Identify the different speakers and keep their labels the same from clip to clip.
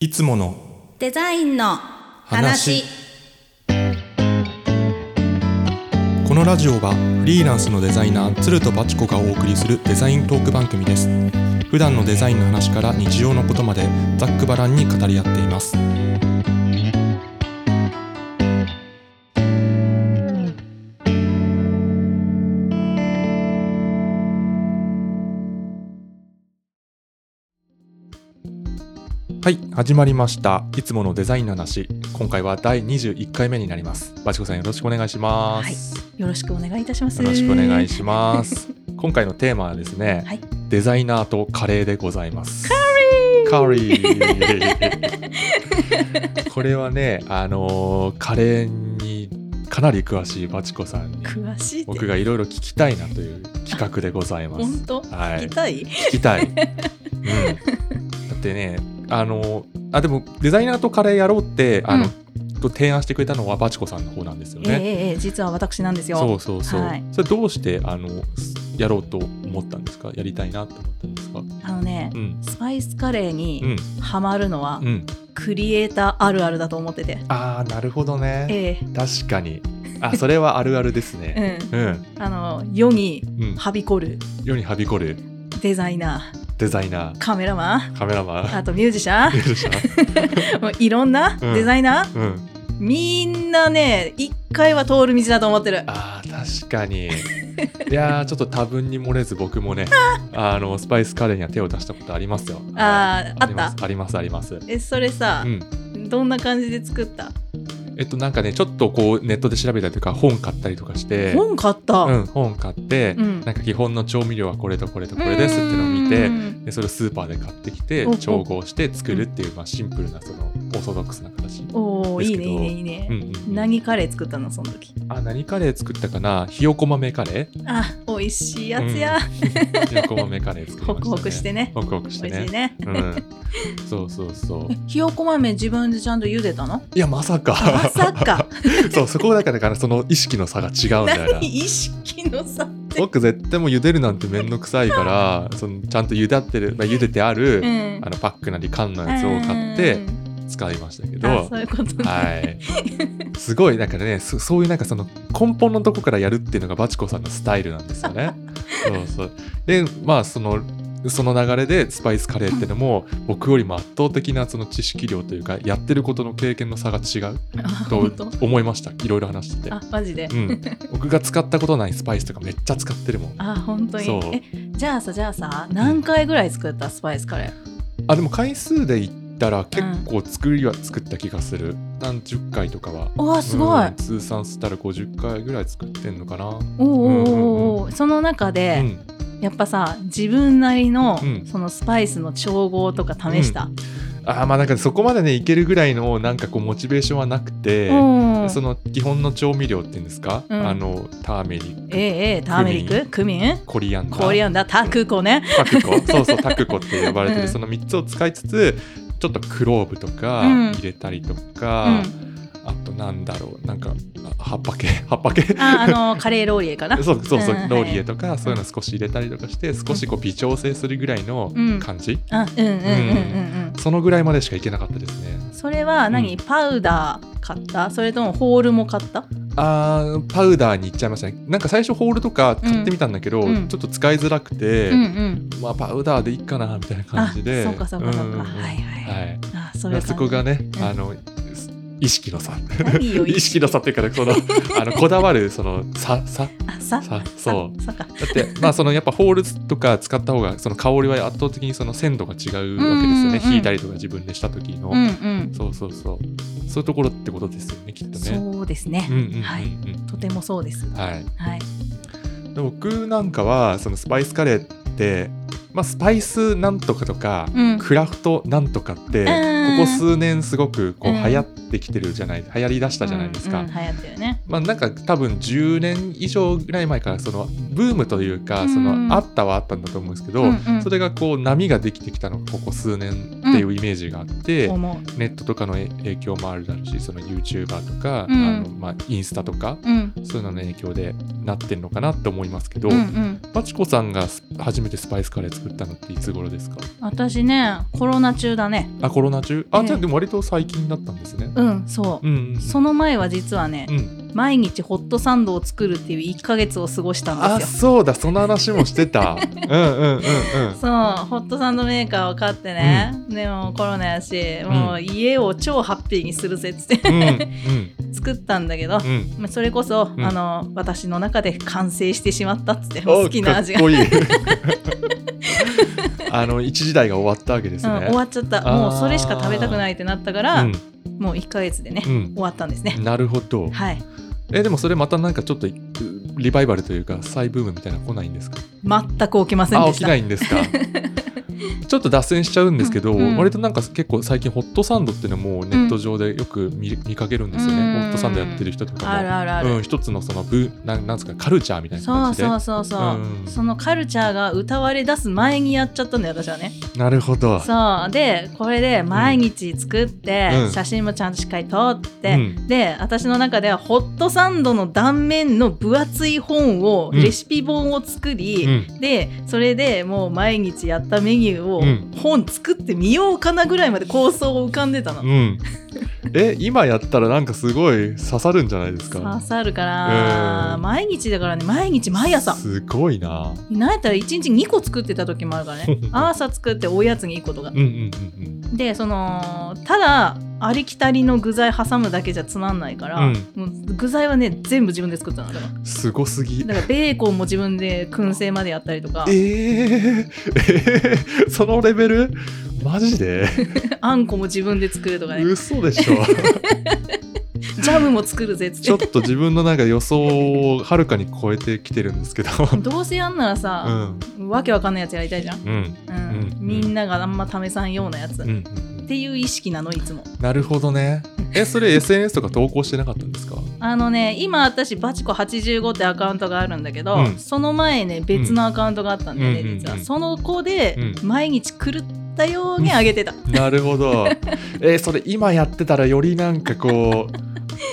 Speaker 1: いつもの
Speaker 2: デザインの話
Speaker 1: 話このラジオはフリーランスのデザイナー鶴とバチコがお送りするデザイントーク番組です普段のデザインの話から日常のことまでざっくばらんに語り合っていますはい始まりましたいつものデザインの話今回は第21回目になりますバチコさんよろしくお願いします、
Speaker 2: よろしくお願いいたします
Speaker 1: よろしくお願いします今回のテーマはですね、
Speaker 2: はい
Speaker 1: デザイナーとカレーでございますカリー これはねあのーカレーにかなり詳しいバチコさんに
Speaker 2: 詳しいって
Speaker 1: 僕がいろいろ聞きたいなという企画でございます
Speaker 2: 本当
Speaker 1: は
Speaker 2: 聞
Speaker 1: い
Speaker 2: きたい
Speaker 1: 聞きたい、うん、だってねあのあでもデザイナーとカレーやろうってあの、と提案してくれたのはバチコさんの方なんですよ
Speaker 2: ええ
Speaker 1: ね、
Speaker 2: ええ実は私なんですよ
Speaker 1: そうそうそう、
Speaker 2: はい
Speaker 1: それどうしてあのやろうと思ったんですかやりたいなと思ったんですか
Speaker 2: あのね
Speaker 1: うん
Speaker 2: スパイスカレー
Speaker 1: う
Speaker 2: に
Speaker 1: ん
Speaker 2: ハマるのは
Speaker 1: うん
Speaker 2: クリエイターあるあるだと思ってて
Speaker 1: ああなるほどね
Speaker 2: え
Speaker 1: 確かにあそれはあるあるです
Speaker 2: え
Speaker 1: ねうんうん、
Speaker 2: うんあの世に
Speaker 1: うん、
Speaker 2: はびこる
Speaker 1: 世にはびこる
Speaker 2: デザイナ
Speaker 1: デザイナ
Speaker 2: ーカメラマン
Speaker 1: ーカメラマン
Speaker 2: あとミュージシャ
Speaker 1: ミュージシ ャ
Speaker 2: ンもういろんな
Speaker 1: うん
Speaker 2: デザイナー、
Speaker 1: ンうん
Speaker 2: みんなね一回は通る道だと思ってる
Speaker 1: あー確かにいやーちょっと多分に漏れず僕も ねあのスパイスカレーには手を出したことありますよ
Speaker 2: あー
Speaker 1: りますありますあります
Speaker 2: えそれさ、
Speaker 1: うん、
Speaker 2: どんな感じで作った
Speaker 1: えっとなんかねちょっとこうネットで調べたりとか本買ったりとかして
Speaker 2: 本買った、
Speaker 1: うん、本買って、
Speaker 2: うん
Speaker 1: なんか基本の調味料はこれとこれとこれですってのを見て
Speaker 2: うん
Speaker 1: でそれをスーパーで買ってきて
Speaker 2: おお
Speaker 1: 調合して作るっていう、まあ、シンプルなそのオーソドックスな形、う
Speaker 2: おお
Speaker 1: です
Speaker 2: い
Speaker 1: け
Speaker 2: い
Speaker 1: ど
Speaker 2: ねいいねいいね、
Speaker 1: んうん、
Speaker 2: 何カレー作ったのその時
Speaker 1: あ何カレー作ったかなひよこ豆カレー
Speaker 2: あ美味しいやつや、
Speaker 1: ひよこ豆カレー作りました、ね、
Speaker 2: ホクホクしてね
Speaker 1: ホクホクして
Speaker 2: 美味
Speaker 1: ね
Speaker 2: しいね
Speaker 1: うん、そうそう そう
Speaker 2: えひよこ豆自分でちゃんと茹で たの
Speaker 1: いやまさか
Speaker 2: まさか
Speaker 1: そうそこだからだからその意識の差が違うんだよ な
Speaker 2: 何意識の差って
Speaker 1: 僕絶対もう茹でるなんて面倒くさいからそのちゃんと茹だってる、まあ、茹でてある、
Speaker 2: ん
Speaker 1: あのパックなり缶のやつを買って
Speaker 2: うん
Speaker 1: 使いましたけど、
Speaker 2: あそういうことね、
Speaker 1: はい、すごいだからねそそういうなんかその根本のとこからやるっていうのがバチコさんのスタイルなんですよね。そうそうでまあそのその流れでスパイスカレーってのも僕よりも圧倒的なその知識量というかやってることの経験の差が違う
Speaker 2: あ
Speaker 1: と
Speaker 2: 本当
Speaker 1: 思いましたいろいろ話してて
Speaker 2: あ、マジで、
Speaker 1: うん、僕が使ったことないスパイスとかめっちゃ使ってるもん
Speaker 2: あ本当に
Speaker 1: そう
Speaker 2: えじゃあさじゃあさ何回ぐらい作ったスパイスカレー
Speaker 1: あでも回数で言ったら結構作りは作った気がする何十回とかは
Speaker 2: おわすごい、
Speaker 1: うん通算したら50回ぐらい作ってんのかな
Speaker 2: おおおお
Speaker 1: うん
Speaker 2: おおその中で、
Speaker 1: うん
Speaker 2: やっぱさ自分なりの、
Speaker 1: うん
Speaker 2: そのスパイスの調合とか試した、
Speaker 1: あーまあなんかそこまでねいけるぐらいのなんかこうモチベーションはなくて、
Speaker 2: うん
Speaker 1: その基本の調味料っていうんですか、
Speaker 2: うん
Speaker 1: あのターメリック
Speaker 2: ええええターメリッククミン
Speaker 1: コリアンダー
Speaker 2: コリアンダータクコね
Speaker 1: タク コそうそうタクコって呼ばれてる、
Speaker 2: うん
Speaker 1: その3つを使いつつちょっとクローブとか
Speaker 2: うん
Speaker 1: 入れたりとか、あとなんだろうなんかあ葉っぱ系葉っぱ系
Speaker 2: ああ のカレーローリエかな
Speaker 1: そうそうそう、
Speaker 2: うん
Speaker 1: ローリエとかそういうの少し入れたりとかして少しこう微調整するぐらいの
Speaker 2: うん
Speaker 1: 感じ、
Speaker 2: あうんうんうんうんうん
Speaker 1: そのぐらいまでしかいけなかったですね
Speaker 2: それは何、
Speaker 1: うん
Speaker 2: パウダー買ったそれともホールも買った
Speaker 1: あーパウダーに行っちゃいましたねなんか最初ホールとか買ってみたんだけど、
Speaker 2: うんうん
Speaker 1: ちょっと使いづらくて、
Speaker 2: うんうん
Speaker 1: まあパウダーでいいかなみたいな感じで
Speaker 2: あそうかそうかそうか
Speaker 1: んん
Speaker 2: はいはい
Speaker 1: はい
Speaker 2: あそうい
Speaker 1: まあ
Speaker 2: う感じ
Speaker 1: そこがね、
Speaker 2: うん
Speaker 1: あのす意識の差
Speaker 2: 何よ
Speaker 1: 意識の差っていうか そのあのこだわるその差差だ
Speaker 2: あさ
Speaker 1: さ
Speaker 2: さ
Speaker 1: そう
Speaker 2: さか
Speaker 1: って まあそのやっぱホールとか使った方がその香りは圧倒的にその鮮度が違うわけですよね、
Speaker 2: うんうんうん
Speaker 1: 引いたりとか自分でした時の、
Speaker 2: うんうん
Speaker 1: そうそうそうそういうところってことですよねきっとね
Speaker 2: そうですね、
Speaker 1: うんうんうんうん
Speaker 2: はいとてもそうです
Speaker 1: はい
Speaker 2: はい
Speaker 1: で僕なんかはそのスパイスカレーって、まあ、スパイスなんとかとか、
Speaker 2: うん
Speaker 1: クラフトなんとかって、
Speaker 2: うん
Speaker 1: ここ数年すごくこう
Speaker 2: う
Speaker 1: 流
Speaker 2: ん
Speaker 1: 行ってきてるじゃない、流行りだしたじゃないですか。
Speaker 2: うんうん、流行ってるね
Speaker 1: まあ、なんか多分10年以上ぐらい前からそのブームというか、
Speaker 2: うん
Speaker 1: そのあったはあったんだと思うんですけど、
Speaker 2: うんうん
Speaker 1: それがこう波ができてきたのがここ数年っていうイメージがあって、
Speaker 2: 思
Speaker 1: ネットとかのえ影響もあるだろうしその YouTuber とか、
Speaker 2: うん
Speaker 1: あのまあ、インスタとか
Speaker 2: う。うん。
Speaker 1: そういうのの影響でなってんのかなって思いますけど、
Speaker 2: うんうん。
Speaker 1: バチコさんがす初めてスパイスカレー作ったのっていつ頃ですか
Speaker 2: 私ね、コロナ中だね。
Speaker 1: あコロナ中あ、
Speaker 2: ええ
Speaker 1: じゃあでも割と最近だったんですね。
Speaker 2: うん、そう。
Speaker 1: うんうん、
Speaker 2: その前は実はね
Speaker 1: う、ん、
Speaker 2: 毎日ホットサンドを作るっていう1ヶ月を過ごしたん
Speaker 1: あ
Speaker 2: ですよ。
Speaker 1: そうだその話もして た。うんうんうんうん。
Speaker 2: そうホットサンドメーカーを買ってね、でもコロナやしもう家を超ハッピーにするぜっつって
Speaker 1: うんうん
Speaker 2: 作ったんだけど、
Speaker 1: うん。
Speaker 2: まあ、それこそ、
Speaker 1: ん
Speaker 2: あの私の中で完成してしまったっつって
Speaker 1: お
Speaker 2: 好きな味が
Speaker 1: かっこいい。あの一時代が終わったわけです
Speaker 2: うん、
Speaker 1: ね。
Speaker 2: 終わっちゃった
Speaker 1: あー
Speaker 2: もうそれしか食べたくないってなったから、
Speaker 1: うん
Speaker 2: もう1ヶ月でね、
Speaker 1: うん
Speaker 2: 終わったんですね、
Speaker 1: なるほど。
Speaker 2: はい
Speaker 1: えでもそれまたなんかちょっとリバイバルというか再ブームみたいなの来ないんですか
Speaker 2: 全く起きません
Speaker 1: あ
Speaker 2: で
Speaker 1: 起
Speaker 2: し
Speaker 1: き
Speaker 2: た
Speaker 1: ないんです かちょっと脱線しちゃうんですけど、
Speaker 2: うんうん
Speaker 1: 割となんか結構最近ホットサンドっていうのもネット上でよく見,、見かけるんですよね、
Speaker 2: うん
Speaker 1: ホットサンドやってる人とかも
Speaker 2: あるあるある、
Speaker 1: うん、一つのそのブなんなんですかカルチャーみたいな
Speaker 2: そ
Speaker 1: 感
Speaker 2: う
Speaker 1: じで
Speaker 2: そうそうそう、
Speaker 1: うん
Speaker 2: そのカルチャーが歌われ出す前にやっちゃったんだよ私はね
Speaker 1: なるほど
Speaker 2: そうでこれで毎日作って、
Speaker 1: うん
Speaker 2: 写真もちゃんとしっかり撮っ
Speaker 1: う
Speaker 2: て、
Speaker 1: ん
Speaker 2: で私の中ではホットサンドの断面の分厚い本を、
Speaker 1: うん
Speaker 2: レシピ本を作
Speaker 1: う
Speaker 2: り、
Speaker 1: ん
Speaker 2: でそれでもう毎日やったメニューを、
Speaker 1: うん
Speaker 2: 本作ってみようかなぐらいまで構想を浮かんでたの。
Speaker 1: うん、え今やったらなんかすごい刺さるんじゃないです
Speaker 2: 刺
Speaker 1: か
Speaker 2: さるから、
Speaker 1: うん
Speaker 2: 毎日だからね毎日毎朝
Speaker 1: すごいな
Speaker 2: なんやったら1日2個作ってた時もあるから ね朝作っておやつに1個とか
Speaker 1: うんうんうん
Speaker 2: でそのただありきたりの具材挟むだけじゃつまんないから、
Speaker 1: うん
Speaker 2: もう具材はね全部自分で作ったのだから
Speaker 1: うんすごすぎ
Speaker 2: だからベーコンも自分で燻製までやったりとか
Speaker 1: えー、えー、 そのレベルマジで
Speaker 2: あんこも自分で作るとかね
Speaker 1: 嘘でしょ
Speaker 2: ジャムも作るぜっつ
Speaker 1: ちょ
Speaker 2: っ
Speaker 1: っと自分のなんか予想をはるかに超えてきてるんですけど
Speaker 2: てどうせやんなら
Speaker 1: う
Speaker 2: さ、
Speaker 1: ん
Speaker 2: わけわかんないやつやりたいじゃん、
Speaker 1: うん
Speaker 2: うん
Speaker 1: うん
Speaker 2: みんながあんま試さんようなやつ、
Speaker 1: うんう
Speaker 2: っ
Speaker 1: ん
Speaker 2: ていう意識なのいつも
Speaker 1: なるほどねえそれ SNS とか投稿してなかったんですか
Speaker 2: あのね今私バチコ85ってアカウントがあるんだけど、
Speaker 1: うん
Speaker 2: その前ね別のアカウントがあったんだよね、
Speaker 1: うんうん
Speaker 2: 実は、
Speaker 1: うん
Speaker 2: その子で
Speaker 1: う
Speaker 2: 毎日狂ったように上げてた、
Speaker 1: なるほどえそれ今やってたらよりなんかこう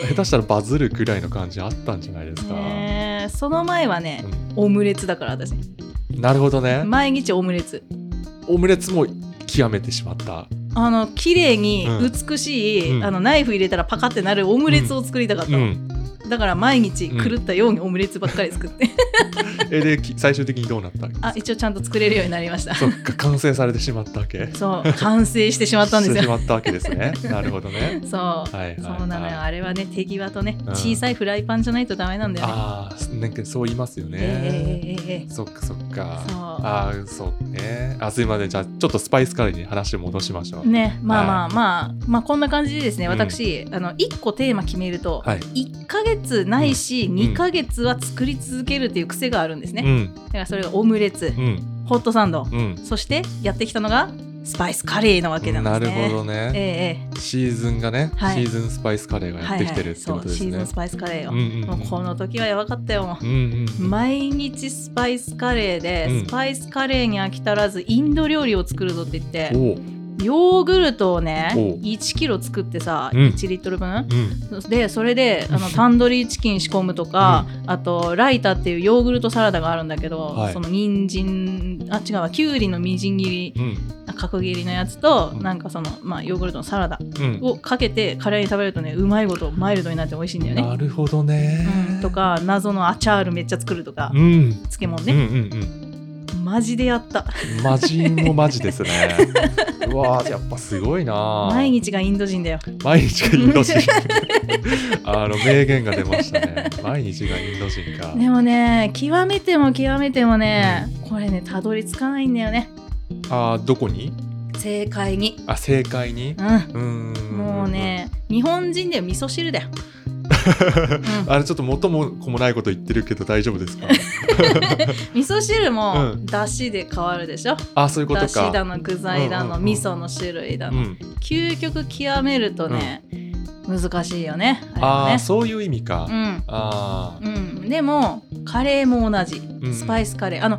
Speaker 1: 下手したらバズるくらいの感じあったんじゃないですか、
Speaker 2: ねえその前はねオムレツだから私
Speaker 1: うんなるほどね
Speaker 2: 毎日オムレツ
Speaker 1: オムレツも極めてしまった
Speaker 2: あの綺麗に
Speaker 1: うん
Speaker 2: 美しい、
Speaker 1: うん
Speaker 2: あのナイフ入れたらパカってなるオムレツを作りたかった
Speaker 1: う
Speaker 2: の、
Speaker 1: ん
Speaker 2: だから毎日狂ったようにオムレツばっかり作って、
Speaker 1: えでき最終的にどうなったんですか
Speaker 2: あ一応ちゃんと作れるようになりました
Speaker 1: そっか完成されてしまったわけ
Speaker 2: そう完成してしまったんで
Speaker 1: し
Speaker 2: す
Speaker 1: てし
Speaker 2: よ
Speaker 1: まったわけです ねなるほどね
Speaker 2: そう
Speaker 1: はいはい、はい、
Speaker 2: そうなのよ、
Speaker 1: あ
Speaker 2: あれはね手際とね、
Speaker 1: うん
Speaker 2: 小さいフライパンじゃないとダメなんだよね。
Speaker 1: あーなんかそう言いますよね、
Speaker 2: ええええええ
Speaker 1: そっかそっか
Speaker 2: そう
Speaker 1: ああそうねあすいませんじゃあちょっとスパイスカレーに話を戻しましょう、
Speaker 2: ね、まあまあまあ、まあこんな感じでですね、
Speaker 1: うん
Speaker 2: 私、あの一個テーマ決めると。
Speaker 1: はい
Speaker 2: 1ヶ月ないし
Speaker 1: ん
Speaker 2: 2ヶ月は作り続けるっていう癖があるんですね、
Speaker 1: うん
Speaker 2: だからそれがオムレツ、
Speaker 1: うん
Speaker 2: ホットサンド、
Speaker 1: うん
Speaker 2: そしてやってきたのがスパイスカレーなわけなんですね
Speaker 1: るほど
Speaker 2: え
Speaker 1: ね、
Speaker 2: ええ
Speaker 1: シーズンがね、
Speaker 2: はい
Speaker 1: シーズンスパイスカレーが
Speaker 2: え
Speaker 1: やってきてるって
Speaker 2: そ
Speaker 1: こ
Speaker 2: う
Speaker 1: とです
Speaker 2: シーズ
Speaker 1: ね
Speaker 2: ンスパイスカレーよ、
Speaker 1: うんうんうん
Speaker 2: もうこの時はやばかったよもう
Speaker 1: うんうんうん
Speaker 2: 毎日スパイスカレーで、
Speaker 1: うん
Speaker 2: スパイスカレーに飽き足らずインド料理を作るぞって言って
Speaker 1: おう
Speaker 2: ヨーグルトをね
Speaker 1: おう
Speaker 2: 1キロ作ってさ、
Speaker 1: うん
Speaker 2: 1リットル分
Speaker 1: うん
Speaker 2: でそれであの タンドリーチキン仕込むとか、あとライタっていうヨーグルトサラダがあるんだけど、
Speaker 1: はい
Speaker 2: その人参あ違うわきゅうりのみじん切り
Speaker 1: うん
Speaker 2: あ角切りのやつと、
Speaker 1: うん
Speaker 2: なんかその、まあ、ヨーグルトのサラダ
Speaker 1: うん
Speaker 2: をかけてカレーに食べるとねうまいことマイルドになって美味しいんだよね。
Speaker 1: なるほどね、
Speaker 2: うん、とか謎のアチャールめっちゃ作るとか、
Speaker 1: うん
Speaker 2: 漬物
Speaker 1: うん
Speaker 2: ね、
Speaker 1: うんうん
Speaker 2: マジでやった
Speaker 1: マジもマジ ですね。うわーやっぱすごいな
Speaker 2: 毎日がインド人だよ
Speaker 1: 毎日がインド人あの名言が出ましたね毎日がインド人か、
Speaker 2: でもね極めても極めてもね、これねたどり着かないんだよね
Speaker 1: あーどこに
Speaker 2: 正解に
Speaker 1: あ正解に
Speaker 2: う
Speaker 1: うーん
Speaker 2: んもうね日本人では味噌 汁だよ、うん
Speaker 1: あれちょっと元も子もないこと言ってるけど大丈夫ですか
Speaker 2: 味噌汁も
Speaker 1: うん
Speaker 2: だしで変わるでしょ、
Speaker 1: あそういうこと
Speaker 2: だしだ
Speaker 1: か
Speaker 2: の具材だの、
Speaker 1: うんうんうん
Speaker 2: 味噌の種類だ
Speaker 1: う
Speaker 2: の、
Speaker 1: ん、
Speaker 2: 究極極めるとね、難しいよねあれ
Speaker 1: あ
Speaker 2: は
Speaker 1: ー
Speaker 2: ね
Speaker 1: そういう意味か、
Speaker 2: うん
Speaker 1: あー
Speaker 2: うん、でもカレーも同じ
Speaker 1: うん
Speaker 2: スパイスカレー、あの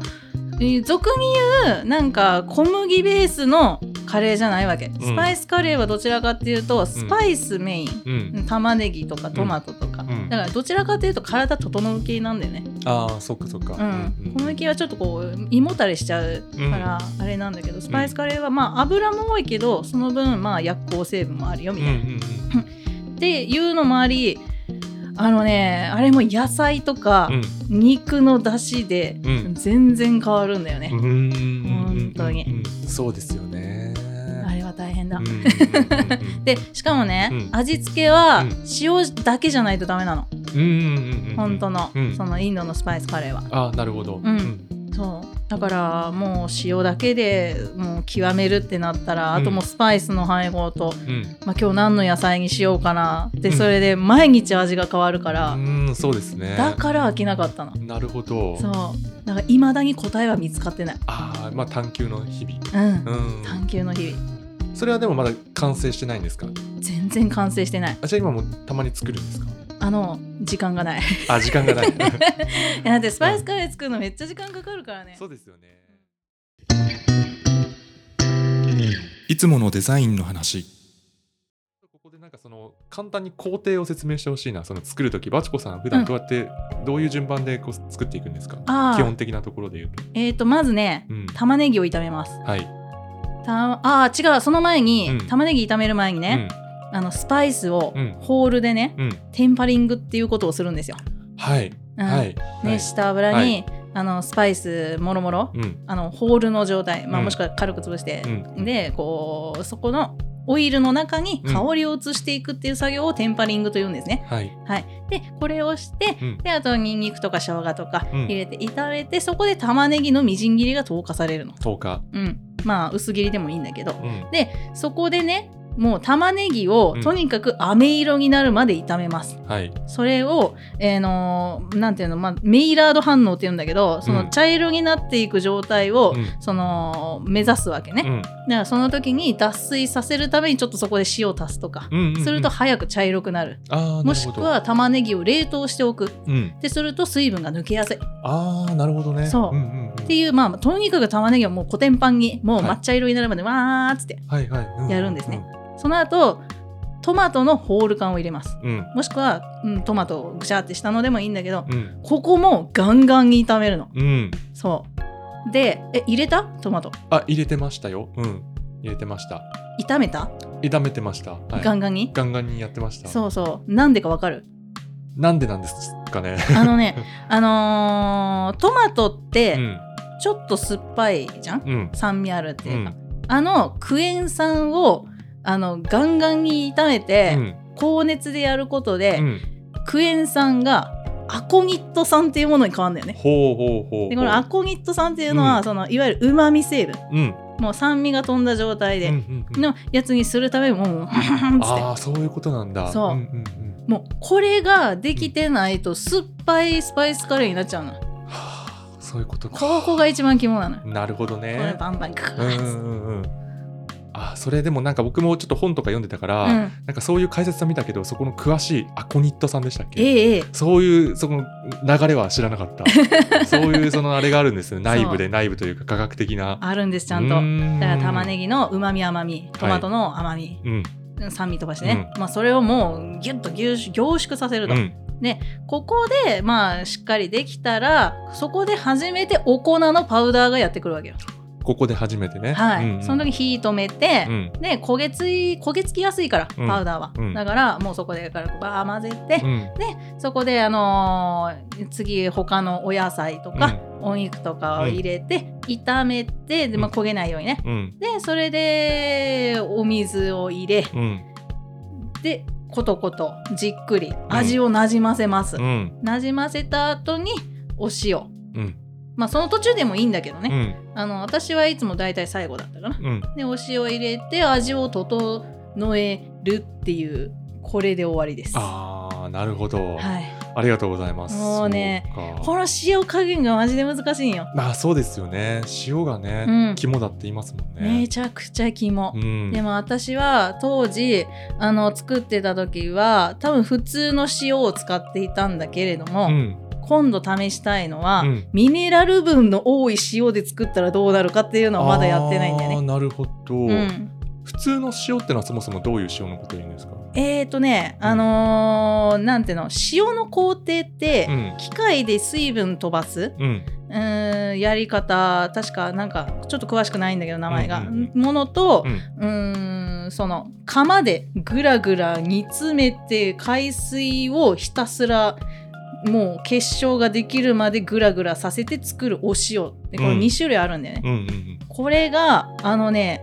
Speaker 2: えー俗に言うなんか小麦ベースのカレーじゃないわけ、スパイスカレーはどちらかっていうとスパイスメイン、
Speaker 1: うん、
Speaker 2: 玉ねぎとかトマトとか、
Speaker 1: うん
Speaker 2: だからどちらかというと体整う系なんだよね、
Speaker 1: ああそっかそっか、
Speaker 2: うん小
Speaker 1: うん
Speaker 2: 麦はちょっとこう胃もたれしちゃうからあれなんだけど、スパイスカレーはまあ油も多いけどその分まあ薬効成分もあるよみ
Speaker 1: うんう
Speaker 2: たいな、
Speaker 1: ん
Speaker 2: っていうのもありあのねあれも野菜とか
Speaker 1: うん
Speaker 2: 肉の出汁で
Speaker 1: うん
Speaker 2: 全然変わるんだよね
Speaker 1: う、んうん
Speaker 2: 本当に
Speaker 1: うんそうですよね
Speaker 2: あれは大変だ、
Speaker 1: うんうんうんうん
Speaker 2: でしかもね、
Speaker 1: うん
Speaker 2: 味付けは
Speaker 1: うん
Speaker 2: 塩だけじゃないとダメなの、
Speaker 1: うんうんうんうん
Speaker 2: 本当の、
Speaker 1: うん
Speaker 2: そのインドのスパイスカレーは
Speaker 1: ああなるほど、
Speaker 2: んそうだからもう塩だけでもう極めるってなったら、あともうスパイスの配合と、
Speaker 1: うん
Speaker 2: まあ、今日何の野菜にしようかなで、
Speaker 1: うん
Speaker 2: それで毎日味が変わるから、
Speaker 1: うんそうですね
Speaker 2: だから飽きなかったの
Speaker 1: なるほど
Speaker 2: そうだからいまだに答えは見つかってない
Speaker 1: ああまあ探求の日々
Speaker 2: うん
Speaker 1: うん
Speaker 2: 探求の日々
Speaker 1: それはでもまだ完成してないんですか
Speaker 2: 全然完成してない
Speaker 1: あじゃあ今もたまに作るんですか
Speaker 2: あの時間 がないい
Speaker 1: あ時間がない
Speaker 2: やだってスパイスカレー作るのめっちゃ時間かかるからね
Speaker 1: そうですよねいつものデザインの話ここでなんかその簡単に工程を説明してほしいなその作るときバチコさん普段どうやって、どういう順番でこう作っていくんですか
Speaker 2: あー
Speaker 1: 基本的なところで言うと、
Speaker 2: えっ、とまずね
Speaker 1: うん、
Speaker 2: 玉ねぎを炒めます
Speaker 1: はい
Speaker 2: たあー違うその前に、
Speaker 1: うん
Speaker 2: 玉ねぎ炒める前にね、あのスパイスを
Speaker 1: うん
Speaker 2: ホールでね、
Speaker 1: うんうん
Speaker 2: テンパリングっていうことをするんですよ、
Speaker 1: はい
Speaker 2: うん
Speaker 1: はいはい
Speaker 2: 熱した油に、あのスパイスもろもろ
Speaker 1: うん
Speaker 2: あのホールの状態、まあ
Speaker 1: うん
Speaker 2: もしくは軽く潰して
Speaker 1: う、ん
Speaker 2: でこうそこのオイルの中に香りを移していくっていう作業をテンパリングというんですね。
Speaker 1: はい
Speaker 2: はい、でこれをして
Speaker 1: うん
Speaker 2: であとニンニクとか生姜とか
Speaker 1: うん
Speaker 2: 入れて炒めて、そこで玉ねぎのみじん切りが投下されるの。
Speaker 1: 10日
Speaker 2: うん、まあ薄切りでもいいんだけど
Speaker 1: うん
Speaker 2: そこでねもう玉ねぎを
Speaker 1: うん
Speaker 2: とにかく飴色になるまで炒めます。
Speaker 1: はい
Speaker 2: それを、えーのーなんていうの、まあ、メイラード反応っていうんだけどそ
Speaker 1: うん
Speaker 2: の茶色になっていく状態を、
Speaker 1: うん
Speaker 2: その目指すわけね。
Speaker 1: うん
Speaker 2: だからその時に脱水させるためにちょっとそこで塩を足すとか、
Speaker 1: うんうんうん
Speaker 2: すると早く茶色くなる
Speaker 1: あー
Speaker 2: もしく、は玉ねぎを冷凍しておく
Speaker 1: なるほどうん、
Speaker 2: ってすると水分が抜けやすいっ
Speaker 1: ああなるほどね
Speaker 2: そ
Speaker 1: うん
Speaker 2: う
Speaker 1: うんうん、
Speaker 2: ていうまあとにかく玉ねぎはもうコテンパンにもう
Speaker 1: はい
Speaker 2: 抹茶色になるまでわーっつって
Speaker 1: はいはいうん
Speaker 2: やるんですねその後トマトのホール缶を入れます
Speaker 1: うん
Speaker 2: もしくは、うん、トマトをぐしゃってしたのでもいいんだけど
Speaker 1: うん
Speaker 2: ここもガンガンに炒めるの
Speaker 1: うん
Speaker 2: そうでえ入れたトマト
Speaker 1: あ入れてましたようん入れてました
Speaker 2: 炒めた、
Speaker 1: 炒めてました、はい、
Speaker 2: ガンガンに
Speaker 1: ガンガンにやってました
Speaker 2: そうそうなんでかわかる
Speaker 1: なんでなんですかね
Speaker 2: あ のね、あのートマトっ
Speaker 1: う
Speaker 2: て
Speaker 1: ん
Speaker 2: ちょっと酸っぱいじゃん、
Speaker 1: うん
Speaker 2: 酸味あるって
Speaker 1: う
Speaker 2: いうか、
Speaker 1: ん
Speaker 2: あのクエン酸をあのガンガンに炒め
Speaker 1: う
Speaker 2: て、
Speaker 1: ん
Speaker 2: 高熱でやること
Speaker 1: う
Speaker 2: で、
Speaker 1: ん
Speaker 2: クエン酸がアコニット酸っていうものに変わるんだよね。
Speaker 1: ほうほうほうほう
Speaker 2: でこのアコニット酸っていうのは、
Speaker 1: うん
Speaker 2: そのいわゆるうまみ成分
Speaker 1: うん
Speaker 2: もう酸味が飛んだ状態
Speaker 1: うんう
Speaker 2: で、
Speaker 1: んうん
Speaker 2: のやつにするためにもうつって
Speaker 1: ああそういうことなんだ
Speaker 2: そうん
Speaker 1: うんうん
Speaker 2: もうこれができてないと酸っぱいスパイスカレーになっちゃうの。
Speaker 1: はあそういうことか
Speaker 2: ここが一番肝なのよ。
Speaker 1: なるほど
Speaker 2: これ
Speaker 1: ね
Speaker 2: バンバンガ
Speaker 1: うんう
Speaker 2: ーッ
Speaker 1: んうんあそれでもなんか僕もちょっと本とか読んでたから、
Speaker 2: うん、
Speaker 1: なんかそういう解説さん見たけどそこの詳しいアコニットさんでしたっけ
Speaker 2: ええええ
Speaker 1: そういうその流れは知らなかった そういうそのあれがあるんですよ内部
Speaker 2: そ
Speaker 1: で内部というか科学的な
Speaker 2: あるんですちゃんとだから玉ねぎのうまみ甘みトマトの甘み、
Speaker 1: ぎうん
Speaker 2: 酸味とかしてね、まあ、それをもうギュッと凝縮凝縮させると、
Speaker 1: うん
Speaker 2: ここでまあしっかりできたらそこで初めてお粉のパウダーがやってくるわけよ
Speaker 1: ここで初めてね
Speaker 2: はい、
Speaker 1: うんうん
Speaker 2: その時火止めて、
Speaker 1: うん
Speaker 2: で焦げつい焦げつきやすいから、
Speaker 1: うん
Speaker 2: パウダーは、
Speaker 1: うん
Speaker 2: だからもうそこで軽くバー混ぜて
Speaker 1: う、ん
Speaker 2: そこであのー次他のお野菜とか、お肉とかを入れて、炒めてで、まあ、焦げないようにね
Speaker 1: うん
Speaker 2: でそれでお水を入れ
Speaker 1: うん
Speaker 2: でコトコトじっくり味をなじませます、
Speaker 1: うんうん
Speaker 2: なじませた後にお塩
Speaker 1: うん
Speaker 2: まあその途中でもいいんだけど
Speaker 1: う
Speaker 2: ね、
Speaker 1: ん
Speaker 2: あの私はいつも大体最後だったかな
Speaker 1: うん
Speaker 2: でお塩入れて味を整えるっていうこれで終わりですは
Speaker 1: あーなるほど
Speaker 2: い
Speaker 1: ありがとうございます
Speaker 2: もうね
Speaker 1: そう
Speaker 2: こ
Speaker 1: か
Speaker 2: の塩加減がマジで難しいんよ、
Speaker 1: まあそうですよね塩がね
Speaker 2: うん、
Speaker 1: 肝だって言いますもん
Speaker 2: め
Speaker 1: ね
Speaker 2: ちゃくちゃ肝、
Speaker 1: うん
Speaker 2: でも私は当時あの作ってた時は多分普通の塩を使っていたんだけれども、
Speaker 1: うん
Speaker 2: 粉今度試したいのは、
Speaker 1: うん
Speaker 2: ミネラル分の多い塩で作ったらどうなるかっていうのはまだやってないんだよ
Speaker 1: あー
Speaker 2: ね。
Speaker 1: なるほど、
Speaker 2: うん、
Speaker 1: 普通の塩ってのはそもそもどういう塩のことを言うんですか、
Speaker 2: えーとねあのーなんていうの塩の工程って、
Speaker 1: うん
Speaker 2: 機械で水分飛ばす
Speaker 1: うん
Speaker 2: うーんやり方確かなんかちょっと詳しくないんだけど名前が、
Speaker 1: うんうん
Speaker 2: ものと
Speaker 1: う、ん
Speaker 2: うーんその釜でぐらぐら煮詰めて海水をひたすらもう結晶ができるまでぐらぐらさせて作るお塩でこの
Speaker 1: うん
Speaker 2: 2種類あるんだよね、
Speaker 1: うんうん
Speaker 2: これがあのね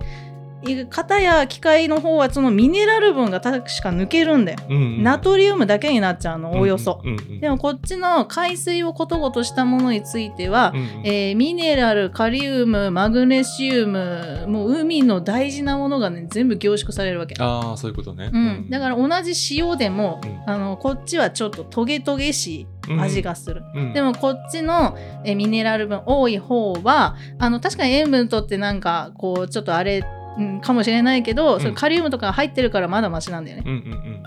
Speaker 2: い型や機械の方はそのミネラル分が確か抜けるんだよ、
Speaker 1: うんうん
Speaker 2: ナトリウムだけになっちゃうのおおよそ、
Speaker 1: うんうんうん、
Speaker 2: でもこっちの海水をことごとしたものについては
Speaker 1: う、んうん、
Speaker 2: えーミネラルカリウムマグネシウムもう海の大事なものがね全部凝縮されるわけ、
Speaker 1: ああそういうことね、、
Speaker 2: うん、だからら同じ塩でも、
Speaker 1: うん
Speaker 2: あのこっちはちょっとトゲトゲしい味がする、
Speaker 1: うん、
Speaker 2: でもこっちの、えーミネラル分多い方はあの確かに塩分とってなんかこうちょっとあれ、うん、かもしれないけど、
Speaker 1: ん
Speaker 2: それカリウムとか入ってるからまだマシなんだよね
Speaker 1: うんうん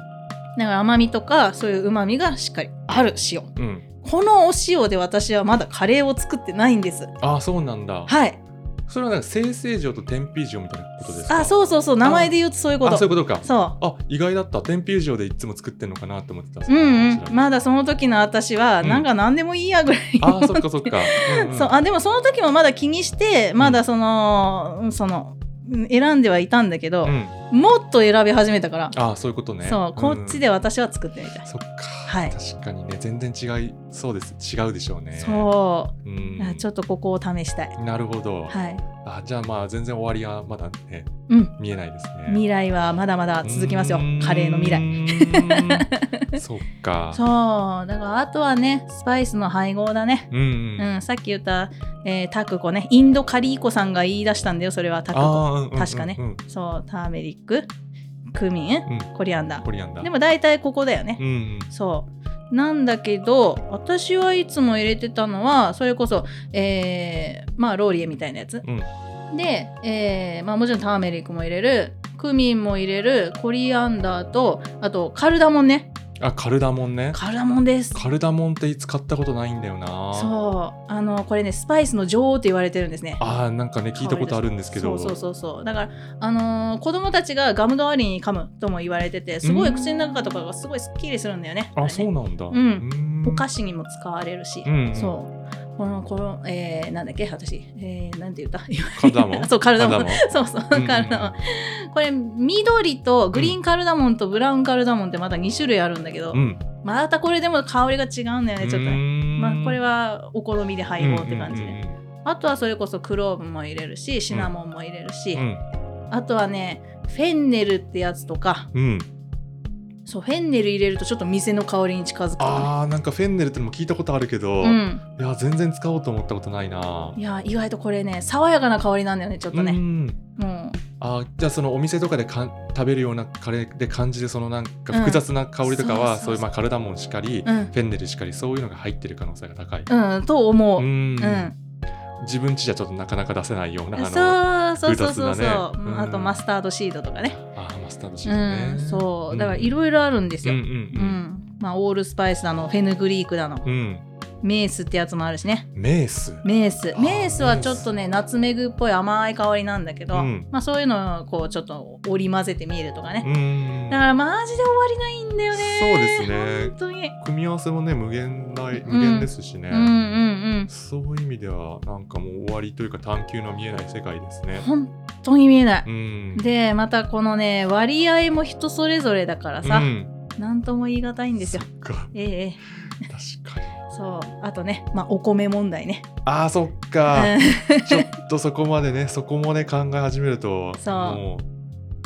Speaker 2: だから甘みとかそういううまみがしっかりある塩
Speaker 1: うんうん
Speaker 2: このお塩で私はまだカレーを作ってないんです
Speaker 1: ああそうなんだ
Speaker 2: はい
Speaker 1: それはなんか生成状と天秤状みたいなことですか
Speaker 2: あそうそうそう名前で言うとそういうこと
Speaker 1: あそういうことか
Speaker 2: そ
Speaker 1: あ意外だった天秤状でいつも作ってんのかなと思ってた
Speaker 2: ううん
Speaker 1: こ
Speaker 2: う
Speaker 1: ち
Speaker 2: ん
Speaker 1: ら
Speaker 2: まだその時の私は、
Speaker 1: うん
Speaker 2: なんか何でもいいやぐらい
Speaker 1: あーそっかそっか、うんうん
Speaker 2: そうあでもその時もまだ気にしてまだその、うんそのうん選んではいたんだけど
Speaker 1: う、ん
Speaker 2: もっと選び始めたから、
Speaker 1: あーそういうことね
Speaker 2: そうこっち
Speaker 1: で
Speaker 2: で私は作ってみたい、
Speaker 1: そっか、
Speaker 2: はい
Speaker 1: 確かにね全然違いそうです違うでしょうね、
Speaker 2: そうう、
Speaker 1: ん、
Speaker 2: あちょっとここを試したい、
Speaker 1: なるほど、
Speaker 2: はい
Speaker 1: あじゃあまあ全然終わりはまだね
Speaker 2: うん
Speaker 1: 見えないですね
Speaker 2: 未来はまだまだ続きますよカレーの未来
Speaker 1: 来 そっか
Speaker 2: そうだからあとはねスパイスの配合だね
Speaker 1: うんうん、
Speaker 2: うん、さっき言った、えータクコねインドカリーコさんが言い出したんだよそれはタクコ
Speaker 1: あーうんうんうん
Speaker 2: 確かね
Speaker 1: うん
Speaker 2: そうターメリッククミン、
Speaker 1: うん
Speaker 2: コリアンダ
Speaker 1: コリアンダ
Speaker 2: ー
Speaker 1: ー
Speaker 2: でも大体ここだよね
Speaker 1: う、んうん
Speaker 2: そうなんだけど私はいつも入れてたのはそれこそ、えーまあローリエみたいなやつ、
Speaker 1: うん
Speaker 2: で、えーまあ、もちろんターメリックも入れるクミンも入れるコリアンダーとあとカルダモンね
Speaker 1: あカルダモンね
Speaker 2: カルダモンです
Speaker 1: カルダモンって使ったことないんだよな
Speaker 2: そうあのこれねスパイスの女王って言われてるんですね
Speaker 1: あーなんかね聞いたことあるんですけど
Speaker 2: そうそうそうそうだから、あのー子供たちがガム代わりに噛むとも言われててすごい口の中とかがすごいすっきりするんだよね。
Speaker 1: あそうなんだ、
Speaker 2: ん
Speaker 1: ん
Speaker 2: お菓子にも使われるし、
Speaker 1: うんうん
Speaker 2: そうこのこの、えー、なんだっけ私、えー、なんて言った
Speaker 1: カルダモン
Speaker 2: そうカルダモ
Speaker 1: カ
Speaker 2: ン
Speaker 1: ルダ
Speaker 2: そうそう
Speaker 1: うんうん
Speaker 2: カルダモン、これ緑とグリーンカルダモンとブラウンカルダモンってまだ2種類あるんだけど、
Speaker 1: うん
Speaker 2: またこれでも香りが違うんだよねちょっとね、まあ、これ
Speaker 1: は
Speaker 2: はお好みで配合って感じで、あとはそれこそクローブも入れるしシナモンも入れるし、
Speaker 1: うん
Speaker 2: あとはねフェンネルってやつとか
Speaker 1: うん、
Speaker 2: そうフェンネル入れるとちょっと店の香りに近づくとか
Speaker 1: あーなんかフェンネルってのも聞いたことあるけど、
Speaker 2: ね、
Speaker 1: いや全然使おうと思ったことないな
Speaker 2: うん、いや意外とこれね爽やかな香りなんだよねちょっと
Speaker 1: う
Speaker 2: ね、
Speaker 1: ん
Speaker 2: も
Speaker 1: あーじゃあそのお店とかでかん食べるようなカレーで感じるそのなんか複雑な香りとか
Speaker 2: う
Speaker 1: は、
Speaker 2: んそうそうそう
Speaker 1: そういうまあカルダモンしかり、
Speaker 2: ううん
Speaker 1: フェンネルしかりそういうのが入ってる可能性が高い、
Speaker 2: うんと思う、
Speaker 1: う
Speaker 2: うん
Speaker 1: ん
Speaker 2: うん、
Speaker 1: 自分ちじゃちょっとなかなか出せないようなあの
Speaker 2: そうそうそうそうそう、
Speaker 1: 複雑なね
Speaker 2: うん
Speaker 1: うん
Speaker 2: あとマスタードシードとかね
Speaker 1: あーマスタードシー
Speaker 2: う
Speaker 1: ドね、
Speaker 2: んそうだから
Speaker 1: うん
Speaker 2: いろいろあるんです
Speaker 1: うん
Speaker 2: よ、
Speaker 1: う
Speaker 2: うん
Speaker 1: ん
Speaker 2: まあ、オールスパイスだのフェヌグリークだの、
Speaker 1: うん、うん、
Speaker 2: メースってやつもあるしね
Speaker 1: メース
Speaker 2: メース
Speaker 1: あー
Speaker 2: メースはちょっとねナツメグっぽい甘い香りなんだけど、
Speaker 1: うん
Speaker 2: まあ、そういうのをこうちょっと織り交ぜてみるとかね、
Speaker 1: うん
Speaker 2: だからマジで終わりないんだよね
Speaker 1: そうですね
Speaker 2: 本当に
Speaker 1: 組み合わせもね無限大
Speaker 2: うん
Speaker 1: 無限ですしね、
Speaker 2: うんうん
Speaker 1: そういう意味ではなんかもう終わりというか探求の見えない世界です
Speaker 2: うん
Speaker 1: ね。
Speaker 2: 本当に見えない、
Speaker 1: うん、
Speaker 2: でまたこのね割合も人それぞれだからさ、
Speaker 1: うん、
Speaker 2: なんとも言い難いんですよ
Speaker 1: そっか
Speaker 2: ええええ
Speaker 1: 確かに。
Speaker 2: そうあとね、まあ、お米問題ね
Speaker 1: あーそっ
Speaker 2: う
Speaker 1: か
Speaker 2: ん
Speaker 1: ちょっとそこまでねそこもね考え始めると
Speaker 2: そう
Speaker 1: も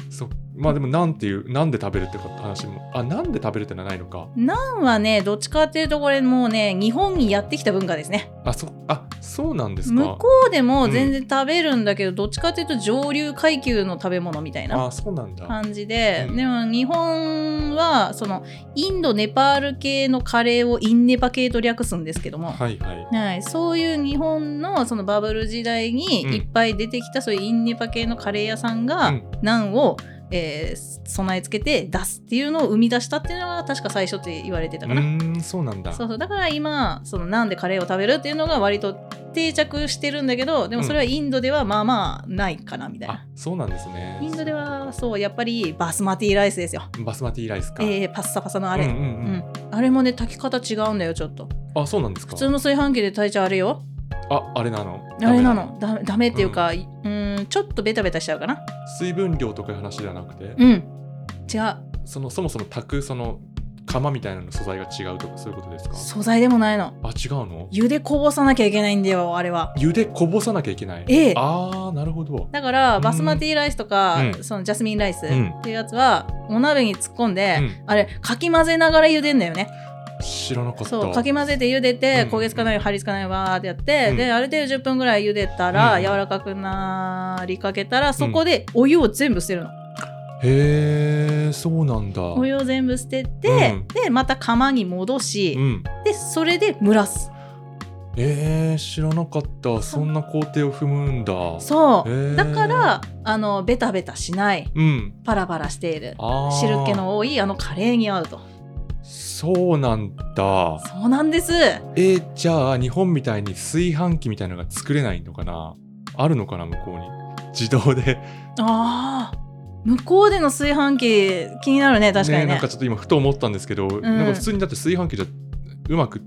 Speaker 1: うそまあでもなんていうなんで食べるってかって話もあなんで食べるってのはないのか
Speaker 2: パンはねどっちかっていうとこれもうね日本にやってきた文化ですね
Speaker 1: あそあそうなんですか
Speaker 2: 向こうでも全然食べるんだけど、どっちかっていうと上流階級の食べ物みたいな
Speaker 1: あそうなんだ。
Speaker 2: 感じで、
Speaker 1: うん
Speaker 2: でも日本はそのインドネパール系のカレーをインネパ系と略すんですけども、は
Speaker 1: はいはい。
Speaker 2: いそういう日本のそのバブル時代に
Speaker 1: うん
Speaker 2: いっぱい出てきたそういうインネパ系のカレー屋さん
Speaker 1: う
Speaker 2: が
Speaker 1: ん
Speaker 2: ナンをえー備え付けて出すっていうのを生み出したっていうのが確か最初って言われてた
Speaker 1: う
Speaker 2: かな。
Speaker 1: ーんそうなんだ
Speaker 2: そうそうだから今そのなんでカレーを食べるっていうのが割と定着してるんだけどでもそれはインドではまあまあないかなみたい
Speaker 1: あ
Speaker 2: な、
Speaker 1: そうなんですね
Speaker 2: インドではそうやっぱりバスマティライスですよ、
Speaker 1: バスマティライスか、
Speaker 2: えー、パッサパサのあれ、
Speaker 1: うんうん
Speaker 2: う
Speaker 1: うん
Speaker 2: んあれもね炊き方違うんだよちょっと
Speaker 1: あそうなんですか
Speaker 2: 普通の炊飯器で炊いちゃあれよ
Speaker 1: ああれなの
Speaker 2: あれ
Speaker 1: ダメ
Speaker 2: なのダメダメっていうか、いうん、んちょっとベタベタしちゃうかな
Speaker 1: 水分量とかいう話ではなくて、
Speaker 2: うん違う
Speaker 1: そのそもそも炊くその釜みたいなの素材が違うとかそういうことですか
Speaker 2: 素材でもないの
Speaker 1: あ違うの
Speaker 2: 茹でこぼさなきゃいけないんだよあれは
Speaker 1: 茹でこぼさなきゃいけない
Speaker 2: ええ
Speaker 1: あーなるほど
Speaker 2: だから
Speaker 1: うん
Speaker 2: バスマティライスとか、
Speaker 1: うん
Speaker 2: そのジャスミンライスっ
Speaker 1: うん
Speaker 2: ていうやつはお鍋に突っ込んで、
Speaker 1: うん
Speaker 2: あれかき混ぜながら茹でんだよね
Speaker 1: 知らなかった
Speaker 2: そうかき混ぜて茹でて、
Speaker 1: うん
Speaker 2: 焦げつかないように張り付かないようにわーってやって、
Speaker 1: うん
Speaker 2: である程度10分ぐらい茹でたら、
Speaker 1: うん
Speaker 2: 柔らかくなりかけたらそこでお湯を全部捨てるの、
Speaker 1: へえそうなんだ
Speaker 2: お湯を全部捨てて、
Speaker 1: うん
Speaker 2: でまた釜に戻し、
Speaker 1: うん
Speaker 2: でそれで蒸らす
Speaker 1: えー、知らなかったそんな工程を踏むんだ
Speaker 2: そう、
Speaker 1: へー
Speaker 2: だからあのベタベタしない
Speaker 1: うん
Speaker 2: パラパラしている
Speaker 1: あー
Speaker 2: 汁気の多いあのカレーに合うと
Speaker 1: そうなんだ
Speaker 2: そうなんです
Speaker 1: えー、じゃあ日本みたいに炊飯器みたいなのが作れないのかなあるのかな向こうに自動で
Speaker 2: あー向こうでの炊飯器気になるね確かに
Speaker 1: な
Speaker 2: ね
Speaker 1: んかちょっと今ふと思ったんですけど、なんか普通にだって炊飯器じゃうまく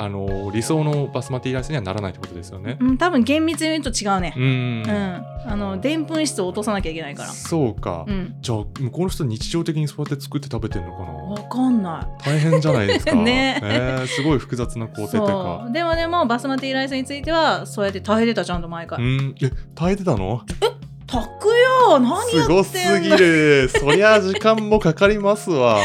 Speaker 1: あのー理想のバスマティライスにはならないってことですよね。
Speaker 2: うん、多分厳密に言うと違うね
Speaker 1: う、ん、
Speaker 2: うんあのでんぷん質を落とさなきゃいけないから
Speaker 1: そうか、
Speaker 2: うん
Speaker 1: じゃあ向こうの人日常的にそうやって作って食べてるのかな
Speaker 2: わかんない
Speaker 1: 大変じゃないですか
Speaker 2: ね
Speaker 1: えーすごい複雑な工程という
Speaker 2: そ
Speaker 1: か
Speaker 2: うでもでもバスマティライスについてはそうやって炊いてたちゃんと毎
Speaker 1: う
Speaker 2: 回
Speaker 1: んえ耐えてたの
Speaker 2: 炊くよ何や
Speaker 1: す
Speaker 2: ってんだ
Speaker 1: ごすぎるそりゃ時間もかかりますわ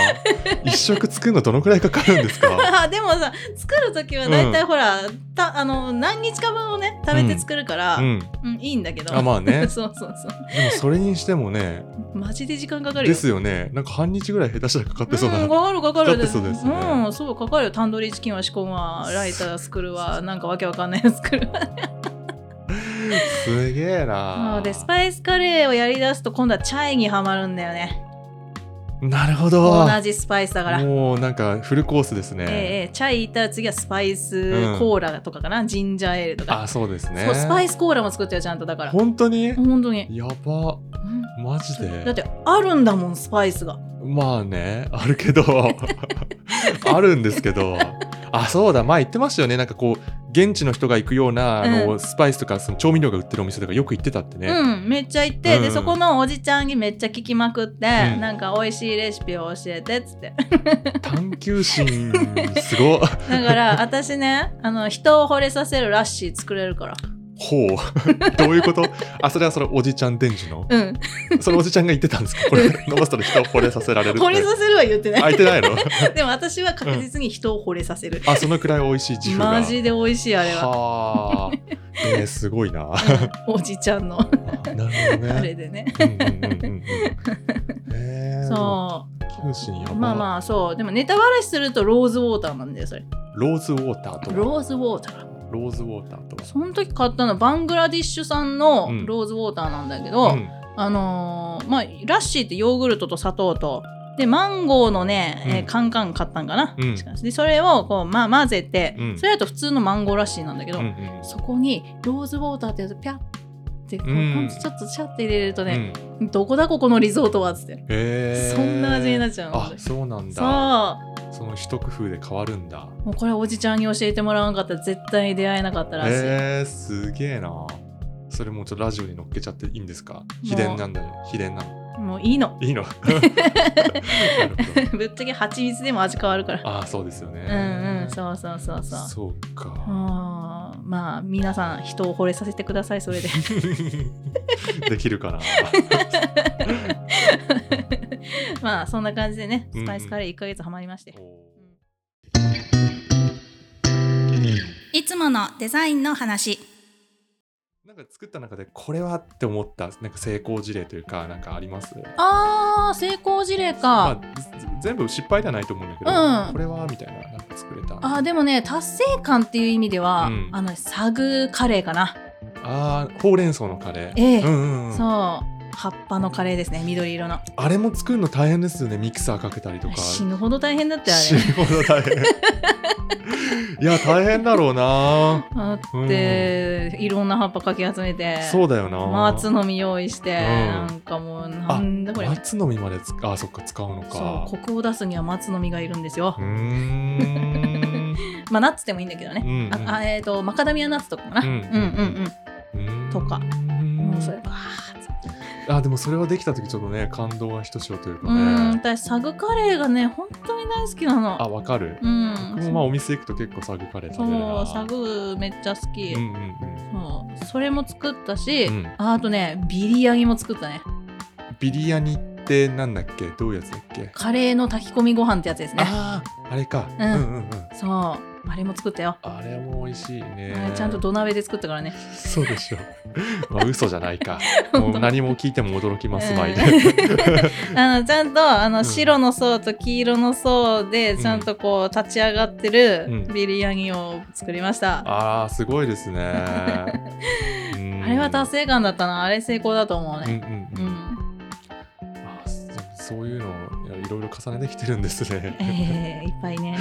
Speaker 1: 一食作るのどのくらいかかるんです か
Speaker 2: あでもさ作る時は大体ほら、たあの何日か分をね食べて作るから、う
Speaker 1: うんん
Speaker 2: いいんだけど
Speaker 1: あまあね
Speaker 2: そうそ
Speaker 1: で
Speaker 2: うそう
Speaker 1: もそれにしてもね
Speaker 2: マジで時間かかるよ
Speaker 1: ですよねなんか半日ぐらい下手したらかかってそうな、
Speaker 2: うん、かかるかかる
Speaker 1: だってそうですね
Speaker 2: うんそうかかるよタンドリーチキンは仕込むわライター作るわなんかわけわかんないやつ作るわ
Speaker 1: すげえな
Speaker 2: そうでスパイスカレーをやりだすと今度はチャイにはまるんだよね
Speaker 1: なるほど
Speaker 2: 同じスパイスだから
Speaker 1: もうなんかフルコースですね
Speaker 2: ええええチャイ行ったら次はスパイ
Speaker 1: う
Speaker 2: ス
Speaker 1: ん
Speaker 2: コーラとかかな、ジンジャーエールとか
Speaker 1: あそうですね
Speaker 2: そうスパイスコーラも作ってよちゃんとだから
Speaker 1: 本当に
Speaker 2: 本当に、
Speaker 1: やば
Speaker 2: うん
Speaker 1: マジで
Speaker 2: だってあるんだもんスパイスが
Speaker 1: まあねあるけど あるんですけどあそうだ前言ってましたよねなんかこう現地の人が行くようなあの、
Speaker 2: うん
Speaker 1: スパイスとかその調味料が売ってるお店とかよく行ってたってね、
Speaker 2: うんめっちゃ行って、
Speaker 1: うん
Speaker 2: でそこのおじちゃんにめっちゃ聞きまくって、
Speaker 1: ん
Speaker 2: なんか美味しいレシピを教えてっつって
Speaker 1: 探求心すごっ
Speaker 2: だから私ねあの人を惚れさせるラッシー作れるから
Speaker 1: ほう どういうことあそれはそのおじちゃん伝授の
Speaker 2: うん
Speaker 1: そのおじちゃんが言ってたんですかこれ伸ばすと人を惚れさせられるって
Speaker 2: 惚れさせるは言ってない
Speaker 1: 開いてないの
Speaker 2: でも私は確実に人を惚れさせる、
Speaker 1: あそのくらい美味しい自負が
Speaker 2: マジで美味しいあれは、
Speaker 1: はあ、ねえすごい なな
Speaker 2: うんおじちゃんの
Speaker 1: るほどね
Speaker 2: あれでね
Speaker 1: うんうんうんうんうんへえ
Speaker 2: そ
Speaker 1: 九州やば
Speaker 2: うまあまあそうでもネタバラシするとローズウォーターなんだよそれ
Speaker 1: ローズウォーターとは
Speaker 2: ローズウォーター
Speaker 1: ローズウォーターと
Speaker 2: その時買ったのバングラディッシュ産の
Speaker 1: うん
Speaker 2: ローズウォーターなんだけど、
Speaker 1: は、うん、
Speaker 2: あのーまあラッシーってヨーグルトと砂糖とでマンゴーのね、えー
Speaker 1: うん
Speaker 2: カンカン買ったんかな、
Speaker 1: うん
Speaker 2: 確かでそれをこう、まあ、混ぜて、
Speaker 1: うん
Speaker 2: それだと普通のマンゴーラッシーなんだけど、
Speaker 1: うんうん
Speaker 2: そこにローズウォーターってやつピャッってこう、
Speaker 1: うん
Speaker 2: ほんとちょっとシャッて入れると
Speaker 1: う
Speaker 2: ね、
Speaker 1: ん
Speaker 2: どこだここのリゾートはっつって、
Speaker 1: へえ
Speaker 2: そんな味になっちゃうの
Speaker 1: あそうなんだ
Speaker 2: そ
Speaker 1: その一工夫で変わるんだ
Speaker 2: うもうこれおじちゃんに教えてもらわなかったら絶対に出会えなかったらしい、
Speaker 1: へえすげえなそれもうちょっとラジオに乗っけちゃっていいんですか秘伝なんだね秘伝なの
Speaker 2: もういいの
Speaker 1: いいのなるほど
Speaker 2: ぶっちゃけ蜂蜜でも味変わるから
Speaker 1: ああそうですよね
Speaker 2: うんうんそうそうそうそう
Speaker 1: そう
Speaker 2: う
Speaker 1: か
Speaker 2: んまあ皆さん人を惚れさせてください それで
Speaker 1: できる かな
Speaker 2: まあそんな感じでね
Speaker 1: うんう
Speaker 2: ス
Speaker 1: ん
Speaker 2: パイスカレー1ヶ月ハマりまして、いつものデザインの話
Speaker 1: なんか作った中でこれはって思ったなんか成功事例というかなんかあります
Speaker 2: あー成功事例か、
Speaker 1: まあずず全部失敗ではないと思うんだけど、
Speaker 2: うん
Speaker 1: これはみたいななんか作れた
Speaker 2: あーでもね達成感っていう意味では、
Speaker 1: うん
Speaker 2: あのサグカレーかな、
Speaker 1: あーほうれん草のカレー
Speaker 2: ええ
Speaker 1: うんうんうん
Speaker 2: そう葉っぱのカレーですね緑色の
Speaker 1: あれも作るの大変ですよねミキサーかけたりとか
Speaker 2: 死ぬほど大変だってあ
Speaker 1: 死ぬ
Speaker 2: れ
Speaker 1: ほど大変 いや大変だろうな
Speaker 2: あって、いろんな葉っぱかき集めて
Speaker 1: そうだよな
Speaker 2: 松の実用意して、
Speaker 1: うん
Speaker 2: なんかもうなんだこれ
Speaker 1: 松の実までつあそっか使うの
Speaker 2: そ
Speaker 1: か
Speaker 2: うコクを出すには松の実がいるんですよ
Speaker 1: うーん
Speaker 2: まあナッツでもいいんだけど
Speaker 1: う
Speaker 2: ね、
Speaker 1: んうん
Speaker 2: ああえっ、とマカダミアナッツとかかな、
Speaker 1: う
Speaker 2: うんん、
Speaker 1: う
Speaker 2: うんん
Speaker 1: うん
Speaker 2: うん
Speaker 1: うーん
Speaker 2: とかもうそれば
Speaker 1: あでもそれはできた時ちょっとね感動がひとしおという
Speaker 2: うーん
Speaker 1: かね
Speaker 2: 私サグカレーがね本当に大好きなの
Speaker 1: あわかる
Speaker 2: うん
Speaker 1: 僕もまあお店行くと結構サグカレー食べるな
Speaker 2: そうサグめっちゃ好き、
Speaker 1: うんうんうん
Speaker 2: そうそれも作ったし、
Speaker 1: うん
Speaker 2: ああとねビリヤニも作ったね
Speaker 1: ビリヤニってなんだっけどういうやつだっけ
Speaker 2: カレーの炊き込みご飯ってやつですね
Speaker 1: あああれか、う、
Speaker 2: うんん
Speaker 1: うんうん
Speaker 2: そうあれも作ったよ、
Speaker 1: あれも美味しい
Speaker 2: あ
Speaker 1: ね
Speaker 2: れちゃんと土鍋で作ったからね
Speaker 1: そうでしょ うまあ嘘じゃないかもう何も聞いても驚きますまいで、
Speaker 2: うんあのちゃんとあの、
Speaker 1: うん
Speaker 2: 白の層と黄色の層でちゃんとこう立ち上がってる
Speaker 1: うん
Speaker 2: ビリヤニを作りました、
Speaker 1: ああすごいですねあ
Speaker 2: あれは達成感だったなあれ成功だと思う
Speaker 1: うん
Speaker 2: ね
Speaker 1: うんう、
Speaker 2: うんん、
Speaker 1: あーそそういうのをいやいろいろ重ねてきてるんですね、
Speaker 2: えーいっぱいね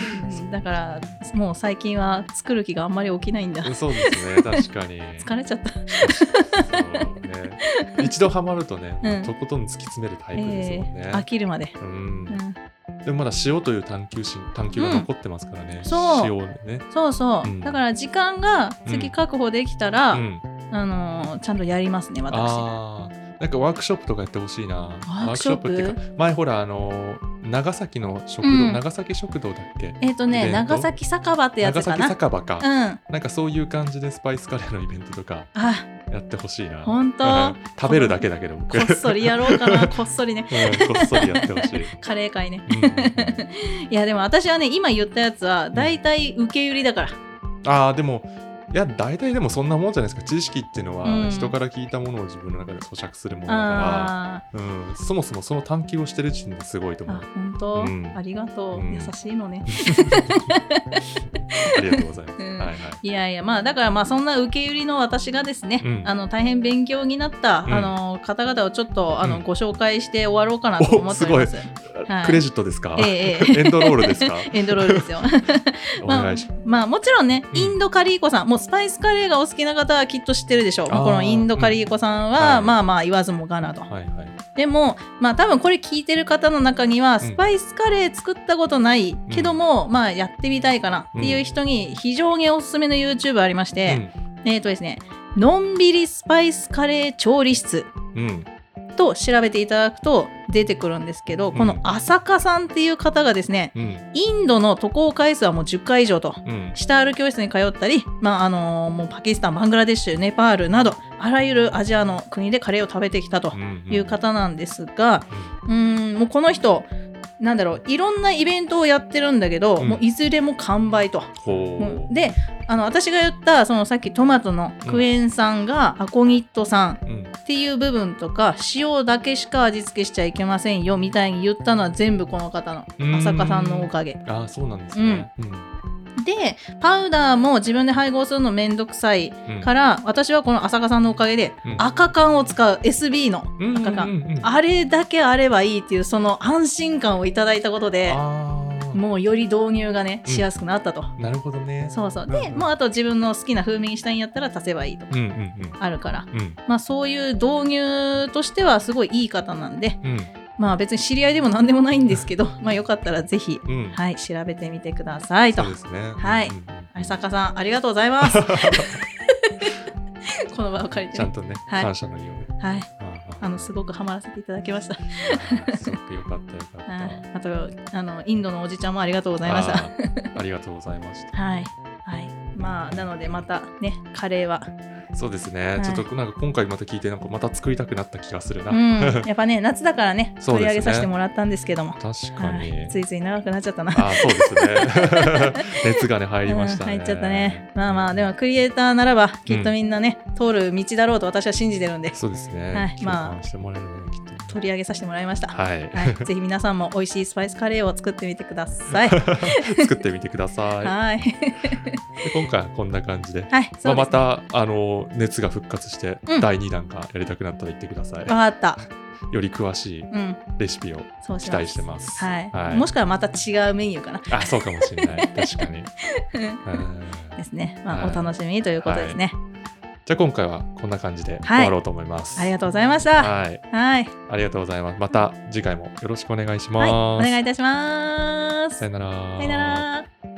Speaker 2: だからもう最近は作る気があんまり起きないんだ
Speaker 1: そうですね確かに
Speaker 2: 疲れちゃった
Speaker 1: そうね一度ハマるとね、
Speaker 2: うん
Speaker 1: とことん突き詰めるタイプです
Speaker 2: え
Speaker 1: もんね、
Speaker 2: ー飽きるまで、
Speaker 1: うん
Speaker 2: うん、
Speaker 1: でもまだ塩という探求心探求が残ってますからね、
Speaker 2: んそう
Speaker 1: 塩でね
Speaker 2: そうそう、
Speaker 1: うん
Speaker 2: だから時間が次確保できたら、
Speaker 1: うん
Speaker 2: あのーちゃんとやりますね私
Speaker 1: あーなんかワークショップとかやってほしいなワ
Speaker 2: ークショップ
Speaker 1: ワっていうか前ほらあのー長崎の食堂、
Speaker 2: うん
Speaker 1: 長崎食堂だっけ
Speaker 2: えっ、と
Speaker 1: イベ
Speaker 2: ね
Speaker 1: ント
Speaker 2: 長崎酒場ってや
Speaker 1: 長
Speaker 2: つか
Speaker 1: 崎
Speaker 2: な
Speaker 1: 酒場か、
Speaker 2: うん
Speaker 1: なんかそういう感じでスパイスカレーのイベントとか
Speaker 2: あ
Speaker 1: やってほしいな
Speaker 2: ほんと
Speaker 1: うん 食べるだけだけど僕
Speaker 2: こっそりやろう かなこっそりね
Speaker 1: うんこっそりやってほしい、
Speaker 2: カレー会ね
Speaker 1: うんうんうん
Speaker 2: いやでも私はね今言ったやつは
Speaker 1: ん
Speaker 2: 大体受け売りだから、
Speaker 1: ああでもいや大体でもそんなもんじゃないですか知識っていうの
Speaker 2: う
Speaker 1: は
Speaker 2: ん
Speaker 1: 人から聞いたものを自分の中で咀嚼するものだから、
Speaker 2: あ
Speaker 1: うん、そもそもその探求をしてる時点ですごいと
Speaker 2: ー
Speaker 1: 思
Speaker 2: あ
Speaker 1: う。
Speaker 2: 本当、
Speaker 1: うん
Speaker 2: ありがとう、
Speaker 1: うん
Speaker 2: 優しいのね
Speaker 1: ありがとうございます。
Speaker 2: うん
Speaker 1: はいはい。
Speaker 2: いやいやまあだからまあそんな受け売りの私がですね、
Speaker 1: うん
Speaker 2: あの大変勉強になった、
Speaker 1: うん
Speaker 2: あの方々をちょっとあの、
Speaker 1: うん
Speaker 2: ご紹介して終わろうかなと思っております。はい
Speaker 1: クレジットですか、
Speaker 2: ええええ
Speaker 1: エンドロールですか
Speaker 2: エンドロールですよ。
Speaker 1: お
Speaker 2: ま
Speaker 1: 願
Speaker 2: あ
Speaker 1: いしま、
Speaker 2: まあ、もちろんね、
Speaker 1: うん
Speaker 2: インドカリーコさん、もうスパイスカレーがお好きな方はきっと知ってるでしょう。
Speaker 1: あー
Speaker 2: このインドカリーコさん
Speaker 1: うん
Speaker 2: は、
Speaker 1: はい
Speaker 2: まあまあ言わずもがなと
Speaker 1: す。。はいはい。
Speaker 2: でも、まあ多分これ聞いてる方の中には、
Speaker 1: ん
Speaker 2: スパイスカレー作ったことないけども、まあやってみたいかなっていう人に非常におすすめの YouTube ありまして、えっ、とですね、のんびりスパイスカレー調理室
Speaker 1: うん、うん。
Speaker 2: と調べていただくと出てくるんですけど、こ
Speaker 1: うん
Speaker 2: の浅香さんっていう方がですね、
Speaker 1: うん。
Speaker 2: インドの渡航回数はもう10回以上と。
Speaker 1: うん。
Speaker 2: 下ある教室に通ったり、まああのもうパキスタンバングラデシュネパールなどあらゆるアジアの国でカレーを食べてきたと
Speaker 1: うん。
Speaker 2: いう方なんですがうーんもうこの人なんだろういろんなイベントをやってるんだけど、
Speaker 1: うん
Speaker 2: もういずれも完売と。
Speaker 1: ほう。
Speaker 2: であの私が言ったそのさっきトマトのクエン酸がアコニット酸
Speaker 1: うん。
Speaker 2: っていう部分とか塩だけしか味付けしちゃいけませんよみたいに言ったのは全部この方の
Speaker 1: うん
Speaker 2: 浅香さんのおかげ
Speaker 1: ああ、そうなんですね。うん。
Speaker 2: でパウダーも自分で配合するのめんどくさい
Speaker 1: うん。
Speaker 2: から私はこの浅香さんのおかげで
Speaker 1: うん
Speaker 2: 赤缶を使う SB の
Speaker 1: うんうんうん
Speaker 2: 赤缶
Speaker 1: うんあ
Speaker 2: あれだけあればいいっていうその安心感をいただいたことで
Speaker 1: ー
Speaker 2: もうより導入がね
Speaker 1: うん
Speaker 2: しやすくなったと、
Speaker 1: なるほどね。
Speaker 2: そうそう
Speaker 1: うん
Speaker 2: で
Speaker 1: うん
Speaker 2: もうあと自分の好きな風味にしたいんやったら足せばいいと
Speaker 1: うんうん
Speaker 2: あるから
Speaker 1: うん。うん。
Speaker 2: まあそういう導入としてはすごいいい方なんで
Speaker 1: うん。
Speaker 2: まあ別に知り合いでも何でもないんですけどまあよかったらぜひ
Speaker 1: うん。
Speaker 2: はい調べてみてくださいと
Speaker 1: そうですね。
Speaker 2: はい
Speaker 1: うんうんうん
Speaker 2: 浅香さんありがとうござい ますこの場を借り
Speaker 1: ち
Speaker 2: て
Speaker 1: ゃ
Speaker 2: ね
Speaker 1: んとね、
Speaker 2: はい
Speaker 1: 感謝のようで。
Speaker 2: はい
Speaker 1: あー
Speaker 2: あのすごくハマらせていただきました。
Speaker 1: あーすごくよかったよかっ
Speaker 2: は
Speaker 1: た
Speaker 2: い。あとあのインドのおじちゃんもありがとうございました。
Speaker 1: あー。ありがとうございました。
Speaker 2: はいはい。まあなのでまたねカレーは、
Speaker 1: そうですね。
Speaker 2: はい
Speaker 1: ちょっとなんか今回また聞いてなんかまた作りたくなった気がするな。
Speaker 2: うん やっぱね夏だからね
Speaker 1: そうですね
Speaker 2: 取り上げさせてもらったんですけども、
Speaker 1: 確か
Speaker 2: は
Speaker 1: に。
Speaker 2: いついつい長くなっちゃったな。
Speaker 1: あー、そうです ね。熱がね入りましたね。
Speaker 2: うん入っちゃったね。まあまあでもクリエイターならばきっとみんなね、通る道だろうと私は信じてるんで。
Speaker 1: そうですね。
Speaker 2: はいまあ
Speaker 1: 共感してもらえるねきっとね。
Speaker 2: 取り上げさせてもらいました。
Speaker 1: はい、
Speaker 2: は い、ぜひ皆さんも美味しいスパイスカレーを作ってみてください。
Speaker 1: 作ってみてくださ
Speaker 2: はい、
Speaker 1: い。で今回はこんな感じで。
Speaker 2: はい、
Speaker 1: ま
Speaker 2: そ
Speaker 1: あ、
Speaker 2: うで
Speaker 1: ます
Speaker 2: ね。
Speaker 1: たあの熱が復活して、
Speaker 2: うん
Speaker 1: 第2弾がやりたくなったら言ってください、
Speaker 2: わかった。
Speaker 1: より詳しい
Speaker 2: うん、
Speaker 1: レシピを
Speaker 2: そうし
Speaker 1: 期
Speaker 2: ま
Speaker 1: 待し
Speaker 2: す。
Speaker 1: てます
Speaker 2: はい、
Speaker 1: はい
Speaker 2: もしくはまた違うメニューかな。
Speaker 1: あそうかもしれない確かにうん
Speaker 2: ですね。まあ、
Speaker 1: は
Speaker 2: お
Speaker 1: い
Speaker 2: 楽しみにということですね。
Speaker 1: じゃあ今回はこんな感じで
Speaker 2: い
Speaker 1: 終わろうと思います、
Speaker 2: ありがとうございました。
Speaker 1: はい、
Speaker 2: はい、
Speaker 1: ありがとうございますまた次回もよろしくお願いします、
Speaker 2: はい、お願いいたします。
Speaker 1: さよなら
Speaker 2: さよなら。